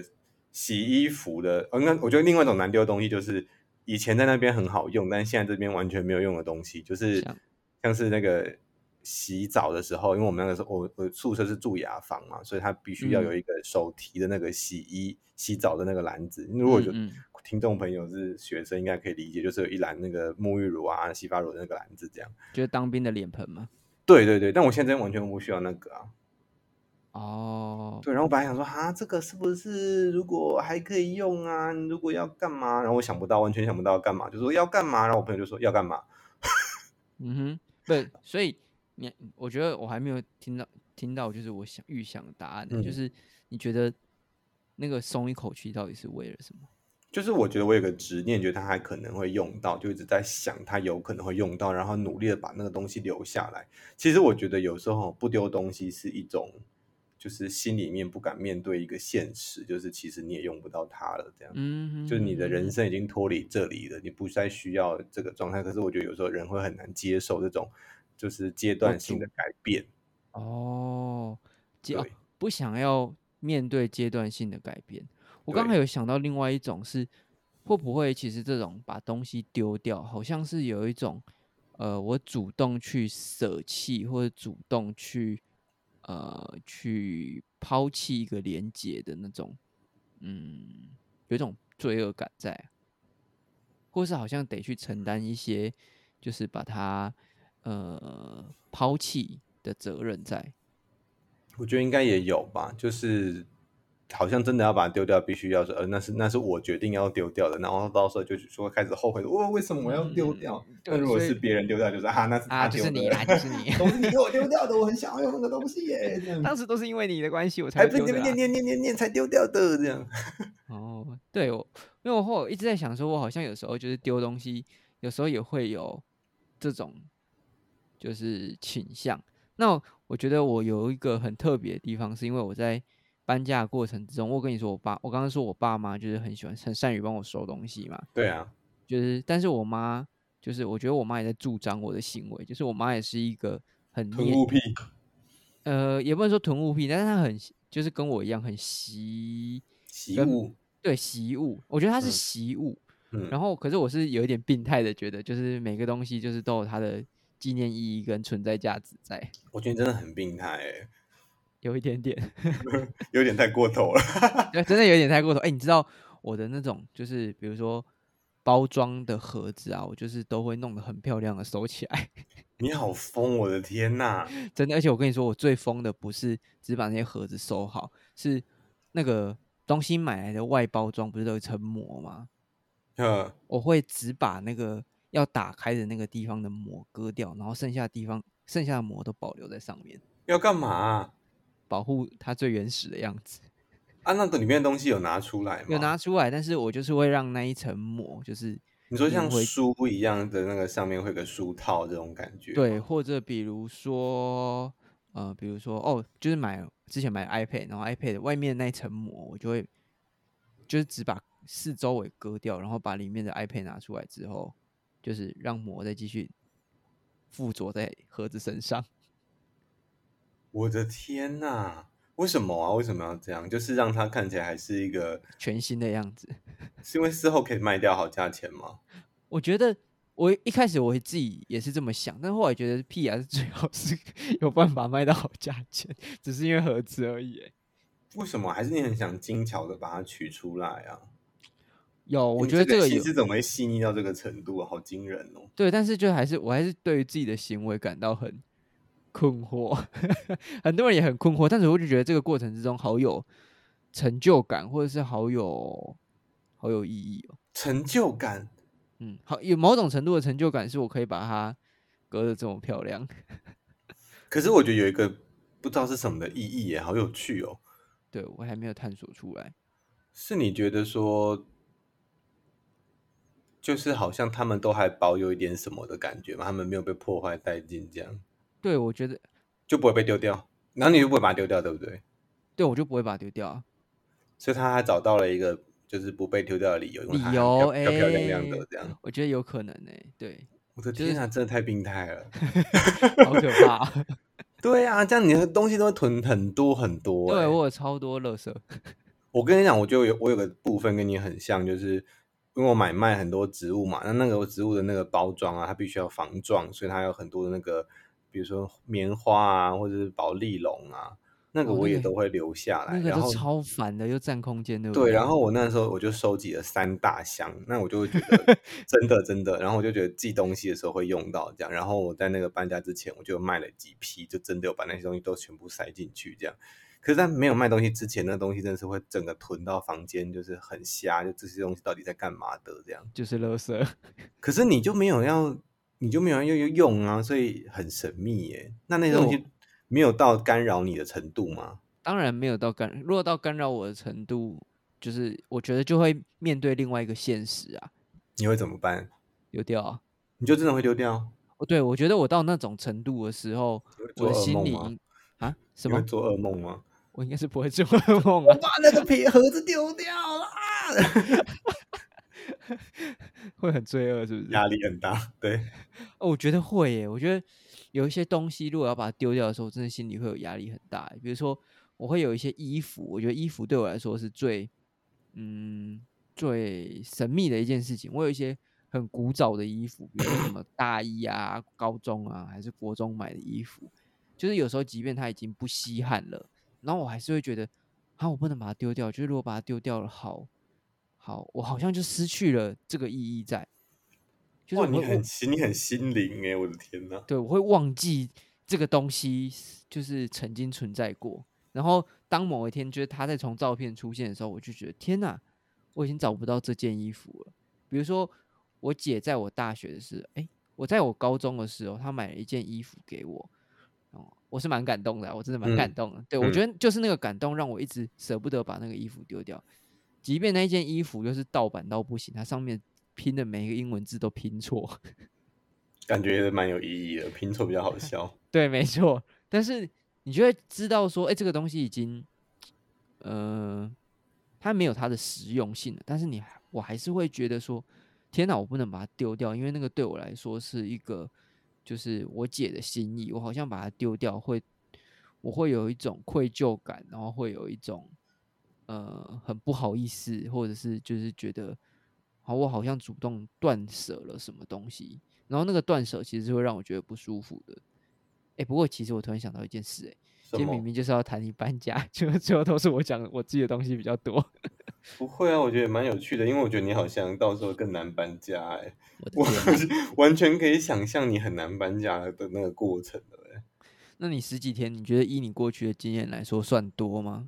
Speaker 2: 洗衣服的，呃、那我觉得另外一种难丢的东西就是以前在那边很好用，但现在这边完全没有用的东西，就是
Speaker 1: 像
Speaker 2: 像是那个洗澡的时候，因为我们那个时候我我宿舍是住雅房嘛，所以它必须
Speaker 1: 嗯
Speaker 2: 要有一个手提的那个洗衣洗澡的那个篮子。如果
Speaker 1: 嗯
Speaker 2: 就
Speaker 1: 嗯
Speaker 2: 听众朋友是学生，应该可以理解，就是有一篮那个沐浴乳啊、洗发乳的那个篮子这样。
Speaker 1: 就是当兵的脸盆嘛。
Speaker 2: 对对对，但我现在真的完全不需要那个啊。
Speaker 1: 哦，
Speaker 2: 对，然后我本来想说，哈，这个是不是如果还可以用啊？你如果要干嘛？然后我想不到，完全想不到要干嘛，就说要干嘛。然后我朋友就说要干嘛？
Speaker 1: 嗯哼，对，所以你，我觉得我还没有听到听到，就是我想预想的答案呢、
Speaker 2: 嗯
Speaker 1: 就是你觉得那个松一口气到底是为了什么？
Speaker 2: 就是我觉得我有个执念，觉得他还可能会用到，就一直在想他有可能会用到，然后努力的把那个东西留下来。其实我觉得有时候不丢东西是一种，就是心里面不敢面对一个现实，就是其实你也用不到它了，这样。
Speaker 1: 嗯哼，
Speaker 2: 就是你的人
Speaker 1: 嗯
Speaker 2: 生已经脱离这里了，你不再需要这个状态。可是我觉得有时候人会很难接受这种就是阶段性的
Speaker 1: 住
Speaker 2: 改变。
Speaker 1: 哦，阶哦
Speaker 2: 对
Speaker 1: 不想要面对阶段性的改变。我刚
Speaker 2: 对
Speaker 1: 才有想到另外一种是，会不会其实这种把东西丢掉，好像是有一种呃，我主动去舍弃或者主动去呃去抛弃一个连接的那种，嗯，有一种罪恶感在啊，或是好像得去承担一些，就是把它呃抛弃的责任在。
Speaker 2: 我觉得应该也有吧，就是好像真的要把它丢掉，必须要说，呃，那是那是我决定要丢掉的，然后到时候就说开始后悔，我、为什么我要丢掉？
Speaker 1: 嗯
Speaker 2: 那
Speaker 1: 对
Speaker 2: 如果
Speaker 1: 所以
Speaker 2: 是别人丢掉，就是啊，那是
Speaker 1: 啊，
Speaker 2: 他
Speaker 1: 就
Speaker 2: 丢
Speaker 1: 是
Speaker 2: 的，
Speaker 1: 你啦，就是
Speaker 2: ，
Speaker 1: 你
Speaker 2: 都是你给我丢掉的，我很想要用那个东西耶，这样
Speaker 1: 当时都是因为你的关系我才
Speaker 2: 还
Speaker 1: 会
Speaker 2: 被
Speaker 1: 丢
Speaker 2: 你
Speaker 1: 的啊
Speaker 2: 们念
Speaker 1: 啦。
Speaker 2: 念念念念才丢掉的，这样。
Speaker 1: 哦，对，我因为我后来一直在想说，我好像有时候就是丢东西，有时候也会有这种就是倾向。那我我觉得我有一个很特别的地方，是因为我在搬家的过程之中，我跟你说，我爸，我刚刚说我爸妈就是很喜欢、很善于帮我收东西嘛，
Speaker 2: 对啊，
Speaker 1: 就是，但是我妈就是，我觉得我妈也在助长我的行为，就是我妈也是一个很
Speaker 2: 囤
Speaker 1: 念
Speaker 2: 物癖，
Speaker 1: 呃，也不能说囤物癖，但是她很习就是跟我一样很习
Speaker 2: 习
Speaker 1: 跟
Speaker 2: 物，
Speaker 1: 对习物，我觉得她是
Speaker 2: 嗯
Speaker 1: 习物。
Speaker 2: 嗯，
Speaker 1: 然后，可是我是有一点病态的，觉得就是每个东西就是都有它的纪念意义跟存在价值在，
Speaker 2: 我觉得你真的很病态耶，
Speaker 1: 有一点点，
Speaker 2: 有点太过头了。
Speaker 1: 对，真的有点太过头。哎，你知道我的那种就是比如说包装的盒子啊，我就是都会弄得很漂亮的收起来，
Speaker 2: 你好疯，我的天呐！
Speaker 1: 真的。而且我跟你说，我最疯的不是只把那些盒子收好，是那个东西买来的外包装不是都有一层膜吗？
Speaker 2: 呃，
Speaker 1: 我会只把那个要打开的那个地方的膜割掉，然后剩下的地方剩下的膜都保留在上面，
Speaker 2: 要干嘛啊、
Speaker 1: 保护它最原始的样子。
Speaker 2: 啊那个里面的东西有拿出来吗？
Speaker 1: 有拿出来，但是我就是会让那一层膜，就是
Speaker 2: 你说
Speaker 1: 就是
Speaker 2: 像
Speaker 1: 会
Speaker 2: 书一样的那个上面会有个书套这种感觉吗，
Speaker 1: 对，或者比如说呃，比如说哦，就是买之前买 iPad，然后 iPad 的外面那一层膜，我就会就是只把四周围割掉，然后把里面的 iPad 拿出来之后，就是让膜再继续附着在盒子身上。
Speaker 2: 我的天呐，为什么啊？为什么要这样？就是让它看起来还是一个，
Speaker 1: 全新的样子。
Speaker 2: 是因为事后可以卖掉好价钱吗？
Speaker 1: 我觉得我一开始我自己也是这么想，但后来觉得屁还是最好是 有办法卖到好价钱，只是因为盒子而已欸。
Speaker 2: 为什么？还是你很想精巧的把它取出来啊？
Speaker 1: 有，我
Speaker 2: 你
Speaker 1: 觉得这
Speaker 2: 这
Speaker 1: 个
Speaker 2: 心
Speaker 1: 有
Speaker 2: 思怎么会细腻到这个程度啊？好惊人哦！
Speaker 1: 对，但是就还是我还是对于自己的行为感到很困惑， 很多人也很困惑，但是我就觉得这个过程之中好有成就感，或者是好有好有意义哦。
Speaker 2: 成就感，
Speaker 1: 嗯，好有某种程度的成就感，是我可以把它隔得这么漂亮。
Speaker 2: 可是我觉得有一个不知道是什么的意义耶，好有趣哦。
Speaker 1: 对我还没有探索出来。
Speaker 2: 是你觉得说，就是好像他们都还保有一点什么的感觉吗？他们没有被破坏殆尽，这样
Speaker 1: 对，我觉得
Speaker 2: 就不会被丢掉，然后你就不会把它丢掉，对不对？
Speaker 1: 对我就不会把它丢掉啊。
Speaker 2: 所以他还找到了一个就是不被丢掉的理由，因为
Speaker 1: 理
Speaker 2: 他还
Speaker 1: 由
Speaker 2: 漂漂漂亮亮
Speaker 1: 欸
Speaker 2: 的这样。
Speaker 1: 我觉得有可能呢、对，
Speaker 2: 我的
Speaker 1: 就是
Speaker 2: 天啊，真的太病态了！
Speaker 1: 好可怕啊、
Speaker 2: 对啊，这样你的东西都会囤很多很多、欸。
Speaker 1: 对我有超多垃圾，
Speaker 2: 我跟你讲，我就有我有个部分跟你很像，就是因为我买卖很多植物嘛，那那个植物的那个包装啊，它必须要防撞，所以它有很多的那个，比如说棉花啊，或者是保丽龙啊，那个
Speaker 1: 哦
Speaker 2: 我
Speaker 1: 那
Speaker 2: 也
Speaker 1: 个
Speaker 2: 都会留下来。
Speaker 1: 那个
Speaker 2: 然
Speaker 1: 都
Speaker 2: 后
Speaker 1: 超烦的，又占空间，对不
Speaker 2: 对，然
Speaker 1: 嗯
Speaker 2: 后我那时候我就收集了三大箱，那我就会觉 得真的真的，然后我就觉得寄东西的时候会用到这样，然后我在那个搬家之前我就卖了几批，就真的有把那些东西都全部塞进去这样。可是，在没有卖东西之前，那东西真的是会整个囤到房间，就是很瞎，就这些东西到底在干嘛的这样。
Speaker 1: 就是垃圾。
Speaker 2: 可是你就没有要，你就没有要用用啊，所以很神秘耶。那那些
Speaker 1: 对
Speaker 2: 东
Speaker 1: 我
Speaker 2: 西没有到干扰你的程度吗？
Speaker 1: 当然没有到干，如果到干扰我的程度，就是我觉得就会面对另外一个现实啊，
Speaker 2: 你会怎么办？
Speaker 1: 丢掉啊。
Speaker 2: 你就真的会丢掉？
Speaker 1: 哦，对我觉得我到那种程度的时候，
Speaker 2: 你会
Speaker 1: 我
Speaker 2: 做
Speaker 1: 的
Speaker 2: 噩
Speaker 1: 心
Speaker 2: 梦
Speaker 1: 里
Speaker 2: 吗
Speaker 1: 应？啊什
Speaker 2: 你会
Speaker 1: 么，
Speaker 2: 做噩梦吗？
Speaker 1: 我应该是不会做 噩梦啊，
Speaker 2: 把那个皮盒子丢掉了啊，
Speaker 1: 会很罪恶是不是？
Speaker 2: 压力很大。对，
Speaker 1: 哦，我觉得会耶，我觉得有一些东西，如果要把它丢掉的时候，真的心里会有压力很大。欸比如说，我会有一些衣服，我觉得衣服对我来说是最，嗯，最神秘的一件事情。我有一些很古早的衣服，比如说什么大衣啊、高中啊，还是国中买的衣服，就是有时候即便它已经不稀罕了，然后我还是会觉得，啊，我不能把它丢掉。就是如果把它丢掉了，好好，我好像就失去了这个意义在。就是
Speaker 2: 哇，
Speaker 1: 我
Speaker 2: 你
Speaker 1: 会我
Speaker 2: 很心，你很心灵哎，我的天呐！
Speaker 1: 对，我会忘记这个东西是就是曾经存在过。然后当某一天，就是它再从照片出现的时候，我就觉得天哪，我已经找不到这件衣服了。比如说，我姐在我大学的时候，哎，我在我高中的时候，她买了一件衣服给我，哦，我是蛮感动的啊，我真的蛮感
Speaker 2: 嗯
Speaker 1: 动的。对，我觉得就是那个感动，让我一直舍不得把那个衣服丢掉。即便那一件衣服又是盗版到不行，它上面拼的每一个英文字都拼错，
Speaker 2: 感觉也蛮有意义的，拼凑比较 好笑。
Speaker 1: 对，没错。但是你就会知道说，哎、这个东西已经，呃，它没有它的实用性了。但是你还，我还是会觉得说，天哪，我不能把它丢掉，因为那个对我来说是一个，就是我姐的心意。我好像把它丢掉，会，我会有一种愧疚感，然后会有一种，呃，很不好意思，或者是就是觉得，好，我好像主动断舍了什么东西。然后那个断舍其实是会让我觉得不舒服的，哎、不过其实我突然想到一件事、欸，哎，
Speaker 2: 什
Speaker 1: 今天明
Speaker 2: 么？
Speaker 1: 明就是要谈你搬家，结 果最后都是我讲我自己的东西比较多。
Speaker 2: 不会啊，我觉得也蛮有趣的，因为我觉得你好像到时候更难搬家哎，
Speaker 1: 我的
Speaker 2: 我
Speaker 1: 天哪！
Speaker 2: 完全可以想象你很难搬家的那个过程了欸。
Speaker 1: 那你十几天，你觉得以你过去的经验来说，算多吗？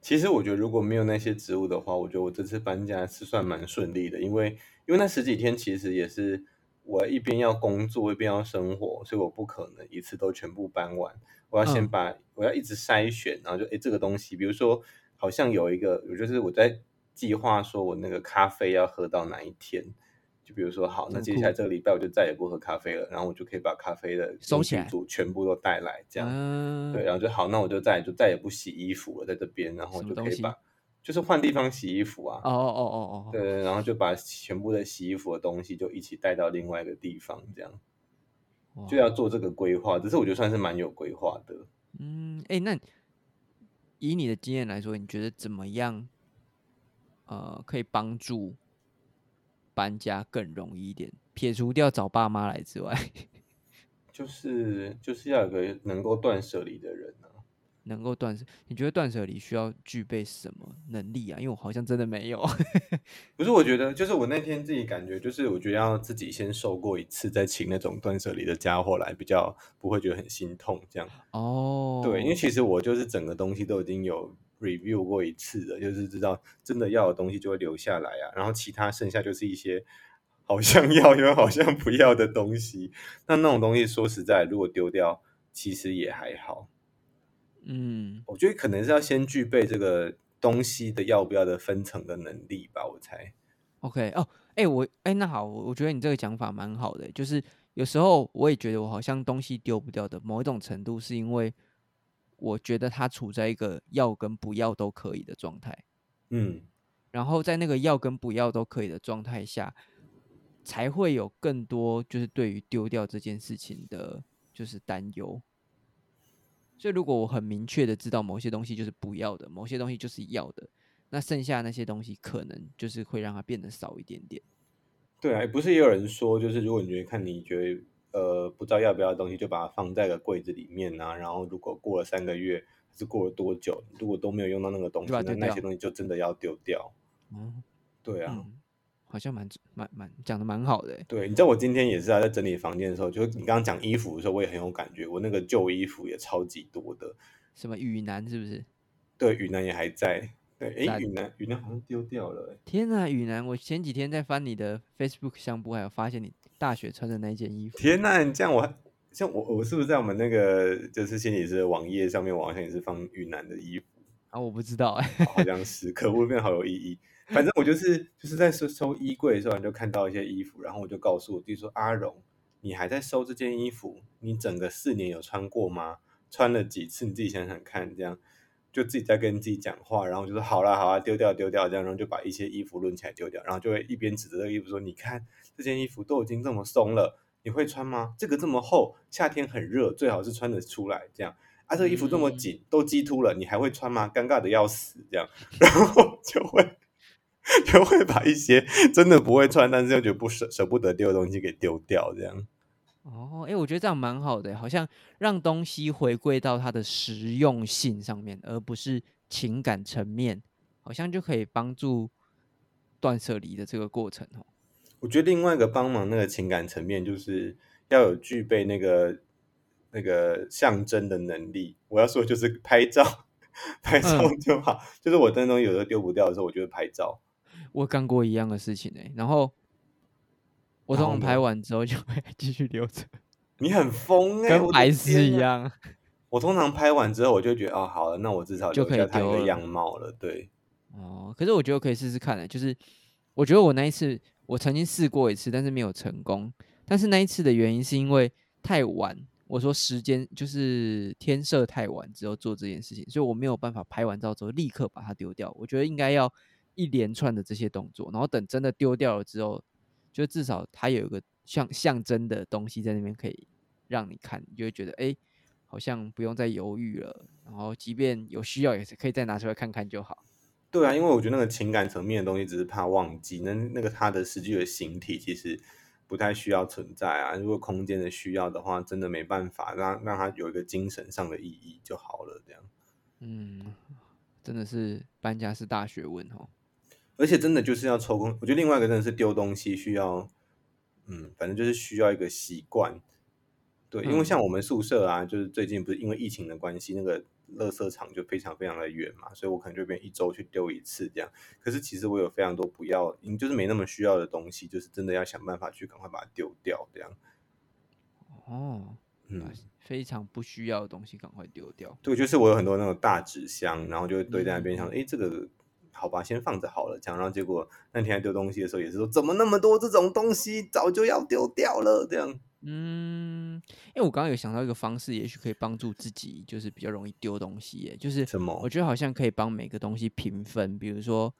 Speaker 2: 其实我觉得如果没有那些植物的话，我觉得我这次搬家是算蛮顺利的，因为因为那十几天其实也是我一边要工作一边要生活，所以我不可能一次都全部搬完，我要先
Speaker 1: 嗯
Speaker 2: 把我要一直筛选，然后就诶这个东西，比如说好像有一个，我就是我在计划说我那个咖啡要喝到哪一天。就比如说，好，
Speaker 1: 这
Speaker 2: 那
Speaker 1: 么
Speaker 2: 接下来
Speaker 1: 酷，
Speaker 2: 这个礼拜我就再也不喝咖啡了，然后我就可以把咖啡的
Speaker 1: 收
Speaker 2: 用
Speaker 1: 起
Speaker 2: 具
Speaker 1: 来。
Speaker 2: 组全部都带来，这样。
Speaker 1: 嗯、
Speaker 2: 对，啊然后就好，那我就再也就再也不洗衣服了，在这边，然后
Speaker 1: 什么
Speaker 2: 就
Speaker 1: 东
Speaker 2: 可以把
Speaker 1: 西？
Speaker 2: 就是换地方洗衣服啊，
Speaker 1: 哦哦哦哦
Speaker 2: 对，
Speaker 1: 哦，
Speaker 2: 对然后就把全部的洗衣服的东西就一起带到另外一个地方，这样
Speaker 1: 哦
Speaker 2: 就要
Speaker 1: 哇，
Speaker 2: 做这个规划，只是我觉得算是蛮有规划的。
Speaker 1: 嗯，哎、那以你的经验来说，你觉得怎么样？呃，可以帮助搬家更容易一点，撇除掉找爸妈来之外，
Speaker 2: 就是就是要有个能够断舍离的人啊，
Speaker 1: 能够断舍，你觉得断舍离需要具备什么能力啊？因为我好像真的没有。
Speaker 2: 不是，我觉得就是我那天自己感觉，就是我觉得要自己先受过一次，再请那种断舍离的家伙来，比较不会觉得很心痛这样。对，因 为
Speaker 1: 哦，
Speaker 2: 其实我就是整个东西都已经有 review 过一次了，就是知道真的要的东西就会留下来啊，然后其他剩下就是一些 好像要又好像不要的东西。那那种东西说实在，如果丢掉，其实也还好。
Speaker 1: 嗯，
Speaker 2: 我觉得可能是要先具备这个东西的要不要的分层的能力吧，我猜。
Speaker 1: OK，哦，哎、我哎、那好，我觉得你这个讲法蛮好的，就是有时候我也觉得我好像东西丢不掉的，某一种程度是因为我觉得它处在一个要跟不要都可以的状态，
Speaker 2: 嗯，
Speaker 1: 然后在那个要跟不要都可以的状态下，才会有更多就是对于丢掉这件事情的，就是担忧。所以如果我很明确的知道某些东西就是不要的，某些东西就是要的，那剩下那些东西可能就是会让它变得少一点点。
Speaker 2: 对啊，不是也有人说，就是如果你觉得看你觉得呃不知道要不要的东西，就把它放在个柜子里面啊，然后如果过了三个月，还是过了多久，如果都没有用到那个东
Speaker 1: 就把
Speaker 2: 西，
Speaker 1: 它丢
Speaker 2: 那那些
Speaker 1: 掉。
Speaker 2: 东西就真的要丢掉。
Speaker 1: 嗯
Speaker 2: 对啊，
Speaker 1: 嗯，好像蛮蛮蛮讲的蛮好的欸。
Speaker 2: 对，你知道我今天也是啊，在整理房间的时候，就是你刚刚讲衣服的时候，我也很有感觉，我那个旧衣服也超级多的，
Speaker 1: 什么雨男是不是？
Speaker 2: 对，云南也还在，对，诶，
Speaker 1: 赞！
Speaker 2: 云南云南好像丢掉了、诶
Speaker 1: 天呐，雨男！我前几天在翻你的 Facebook 相簿，还有发现你大学穿的那件衣服。
Speaker 2: 天呐，你这样我还像我我是不是在我们那个就是心理师的网页上面，我好像也是放云南的衣服？
Speaker 1: 啊，我不知道哎、
Speaker 2: 好像是，可恶，变得好有意义。反正我就是就是在收收衣柜的时候，就看到一些衣服，然后我就告诉我弟说：“阿荣，你还在收这件衣服？你整个四年有穿过吗？穿了几次？你自己想想看。”这样就自己在跟自己讲话，然后就说：“好啦，好啦，丢掉，丢掉。”这样，然后就把一些衣服抡起来丢掉，然后就会一边指着这个衣服说：“你看，这件衣服都已经这么松了。”你会穿吗？这个这么厚，夏天很热，最好是穿得出来这样。啊，这个衣服这么紧，都鸡突了，你还会穿吗？尴尬的要死，这样， 然后就会就会把一些真的不会穿，但是又觉得不舍舍不得丢的东西给丢掉，这样。
Speaker 1: 哦，哎、我觉得这样蛮好的，好像让东西回归到它的实用性上面，而不是情感层面，好像就可以帮助断舍离的这个过程哦。
Speaker 2: 我觉得另外一个帮忙那个情感层面，就是要有具备那个那个象征的能力。我要说的就是拍照，拍照
Speaker 1: 嗯
Speaker 2: 就好。就是我真的东西有时候丢不掉的时候，我就会拍照。
Speaker 1: 我干过一样的事情哎，然后我
Speaker 2: 然
Speaker 1: 通
Speaker 2: 后
Speaker 1: 常
Speaker 2: 呢
Speaker 1: 拍完之后就会 继续留着，
Speaker 2: 你很疯哎、
Speaker 1: 跟
Speaker 2: 我的
Speaker 1: 白痴
Speaker 2: 天
Speaker 1: 一
Speaker 2: 啊。
Speaker 1: 样。
Speaker 2: 我通常拍完之后，我就觉得哦，好了，那我至少
Speaker 1: 就
Speaker 2: 留
Speaker 1: 可以
Speaker 2: 下它一
Speaker 1: 丢
Speaker 2: 个
Speaker 1: 了
Speaker 2: 样貌了。对，
Speaker 1: 哦，可是我觉得可以试试看的，欸就是我觉得我那一次我曾经试过一次，但是没有成功。但是那一次的原因是因为太晚，我说时间就是天色太晚之后做这件事情，所以我没有办法拍完照之后立刻把它丢掉。我觉得应该要一连串的这些动作，然后等真的丢掉了之后，就至少它有一个象象征的东西在那边可以让你看，你就会觉得哎。诶好像不用再犹豫了，然后即便有需要也是可以再拿出来看看就好。
Speaker 2: 对啊，因为我觉得那个情感层面的东西，只是怕忘记，那那个它的实际的形体其实不太需要存在啊。如果空间的需要的话，真的没办法让让它有一个精神上的意义就好了。这样，
Speaker 1: 嗯，真的是搬家是大学问哦。
Speaker 2: 而且真的就是要抽空。我觉得另外一个真的是丢东西需要，嗯，反正就是需要一个习惯。对，因为像
Speaker 1: 嗯
Speaker 2: 我们宿舍啊，就是最近不是因为疫情的关系，那个垃圾场就非常非常的远嘛，所以我可能就变一周去丢一次这样。可是其实我有非常多不要，嗯就是没那么需要的东西，就是真的要想办法去赶快把它丢掉这样。
Speaker 1: 哦，把
Speaker 2: 嗯，
Speaker 1: 非常不需要的东西赶快丢掉。
Speaker 2: 对，就是我有很多那种大纸箱，然后就会堆在那边，想
Speaker 1: 嗯
Speaker 2: 说，哎，这个好吧，先放着好了，这样。然后结果那天在丢东西的时候，也是说，怎么那么多这种东西，早就要丢掉了，这样。
Speaker 1: 嗯，因为我刚刚有想到一个方式，也许可以帮助自己，就是比较容易丢东西耶。就是
Speaker 2: 什
Speaker 1: 我
Speaker 2: 么？
Speaker 1: 觉得好像可以帮每个东西评分，比如说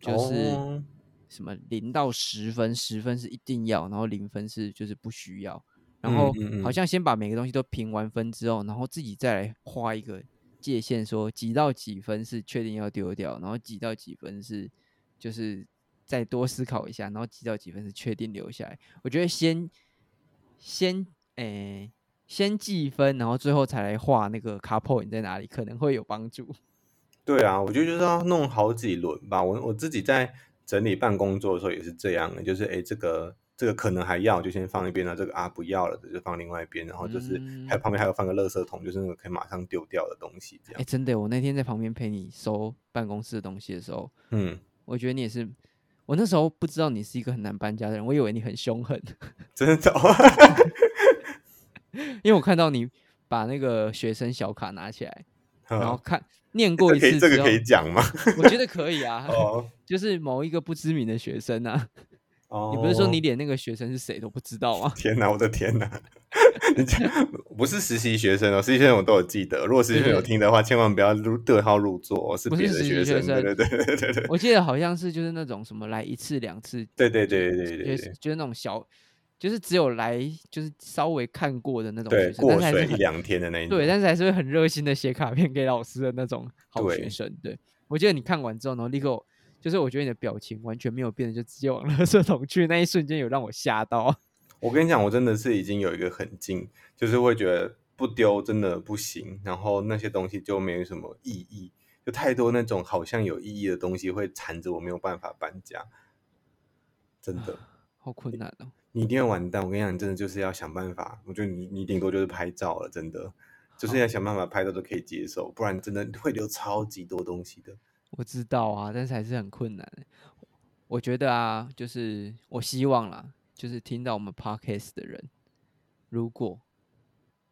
Speaker 1: 就是
Speaker 2: 哦，
Speaker 1: 什么零到十分，十分是一定要，然后零分是就是不需要。然
Speaker 2: 嗯
Speaker 1: 后
Speaker 2: 嗯
Speaker 1: 好
Speaker 2: 嗯，
Speaker 1: 像先把每个东西都评完分之后，然后自己再来画一个界限，说几到几分是确定要丢掉，然后几到几分是就是再多思考一下，然后几到几分是确定留下来。我觉得先先诶、先计分，然后最后才来画那个卡 point 在哪里，可能会有帮助。
Speaker 2: 对啊，我觉得就是要弄好几轮吧。我我自己在整理办公桌的时候也是这样的，就是诶，这个这个可能还要，就先放一边了；这个啊不要了，就放另外一边。然后就是还有
Speaker 1: 嗯，
Speaker 2: 旁边还有放个垃圾桶，就是那个可以马上丢掉的东西，这
Speaker 1: 哎、
Speaker 2: 样。
Speaker 1: 真的，我那天在旁边陪你收办公室的东西的时候，
Speaker 2: 嗯，
Speaker 1: 我觉得你也是，我那时候不知道你是一个很难搬家的人，我以为你很凶狠，
Speaker 2: 真的。哦
Speaker 1: 因为我看到你把那个学生小卡拿起来，然后
Speaker 2: 嗯
Speaker 1: 看念
Speaker 2: 这
Speaker 1: 过一
Speaker 2: 可以，
Speaker 1: 次
Speaker 2: 这个
Speaker 1: 之
Speaker 2: 可
Speaker 1: 后，
Speaker 2: 以讲 吗？
Speaker 1: 我觉得可以啊，
Speaker 2: 哦
Speaker 1: 就是某一个不知名的学生啊， 你不是说你
Speaker 2: 哦，
Speaker 1: 连那个学生是谁都不知道 吗？
Speaker 2: 天哪，我的 天哪！你这 不是实习学生哦，实习学生我都有记得。如果实习
Speaker 1: 对
Speaker 2: 学生有
Speaker 1: 对，
Speaker 2: 听的话，千万不要入对号入座哦，是
Speaker 1: 不
Speaker 2: 别
Speaker 1: 是
Speaker 2: 的
Speaker 1: 实
Speaker 2: 学
Speaker 1: 习学生，
Speaker 2: 生。对对对对对对
Speaker 1: 我记得好像是就是那种什么来一次两次，
Speaker 2: 对对
Speaker 1: 就是
Speaker 2: 对对
Speaker 1: 就
Speaker 2: 对
Speaker 1: 是
Speaker 2: 对，
Speaker 1: 就是那种小，就是只有来就是稍微看过的那种
Speaker 2: 对
Speaker 1: 学生，但
Speaker 2: 过
Speaker 1: 是还是
Speaker 2: 水一
Speaker 1: 很
Speaker 2: 两天的那一
Speaker 1: 对，
Speaker 2: 种。
Speaker 1: 但是还是会很热心的写卡片给老师的那种好学
Speaker 2: 对，
Speaker 1: 生。对我记得你看完之后，然后立刻我就是我觉得你的表情完全没有变，就直接往垃圾桶去，那一瞬间有让我吓到。
Speaker 2: 我跟你讲，我真的是已经有一个很近，就是会觉得不丢真的不行，然后那些东西就没有什么意义，就太多那种好像有意义的东西会缠着我，没有办法搬家，真的。
Speaker 1: 好困难哦！
Speaker 2: 你一定会完蛋。我跟你讲，你真的就是要想办法。我觉得你你顶多就是拍照了，真的就是要
Speaker 1: 好，
Speaker 2: 想办法拍照都可以接受，不然真的会留超级多东西的。
Speaker 1: 我知道啊，但是还是很困难。欸我觉得啊，就是我希望啦，就是听到我们 podcast 的人，如果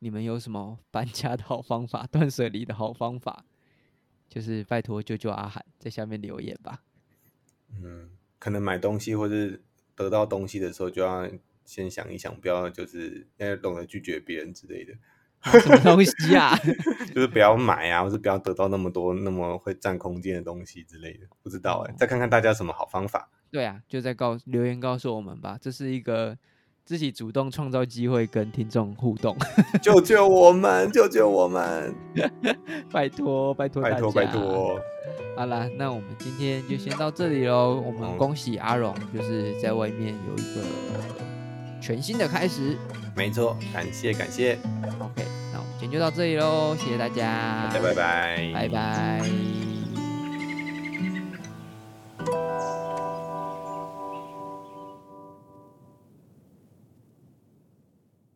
Speaker 1: 你们有什么 搬家的好方法、断舍离的好方法，就是拜托救救阿涵，在下面留言吧。
Speaker 2: 嗯，可能买东西或是得到东西的时候，就要先想一想，不要就是要懂得拒绝别人之类的，
Speaker 1: 啊，什么东西啊？
Speaker 2: 就是不要买啊，或是不要得到那么多那么会占空间的东西之类的。不知道哎、
Speaker 1: 哦，
Speaker 2: 再看看大家有什么好方法。
Speaker 1: 对啊，就在告留言告诉我们吧，这是一个自己主动创造机会跟听众互动，
Speaker 2: 救救我们，救救我们！
Speaker 1: 拜托拜托
Speaker 2: 拜托哦
Speaker 1: 大
Speaker 2: 拜
Speaker 1: 家。
Speaker 2: 托，
Speaker 1: 好啦，那我们今天就先到这里喽。我们
Speaker 2: 嗯
Speaker 1: 恭喜阿荣，就是在外面有一个全新的开始。
Speaker 2: 没错，感谢感谢，
Speaker 1: OK，那我们今天就到这里喽，谢谢大家，
Speaker 2: 大家拜拜，
Speaker 1: 拜拜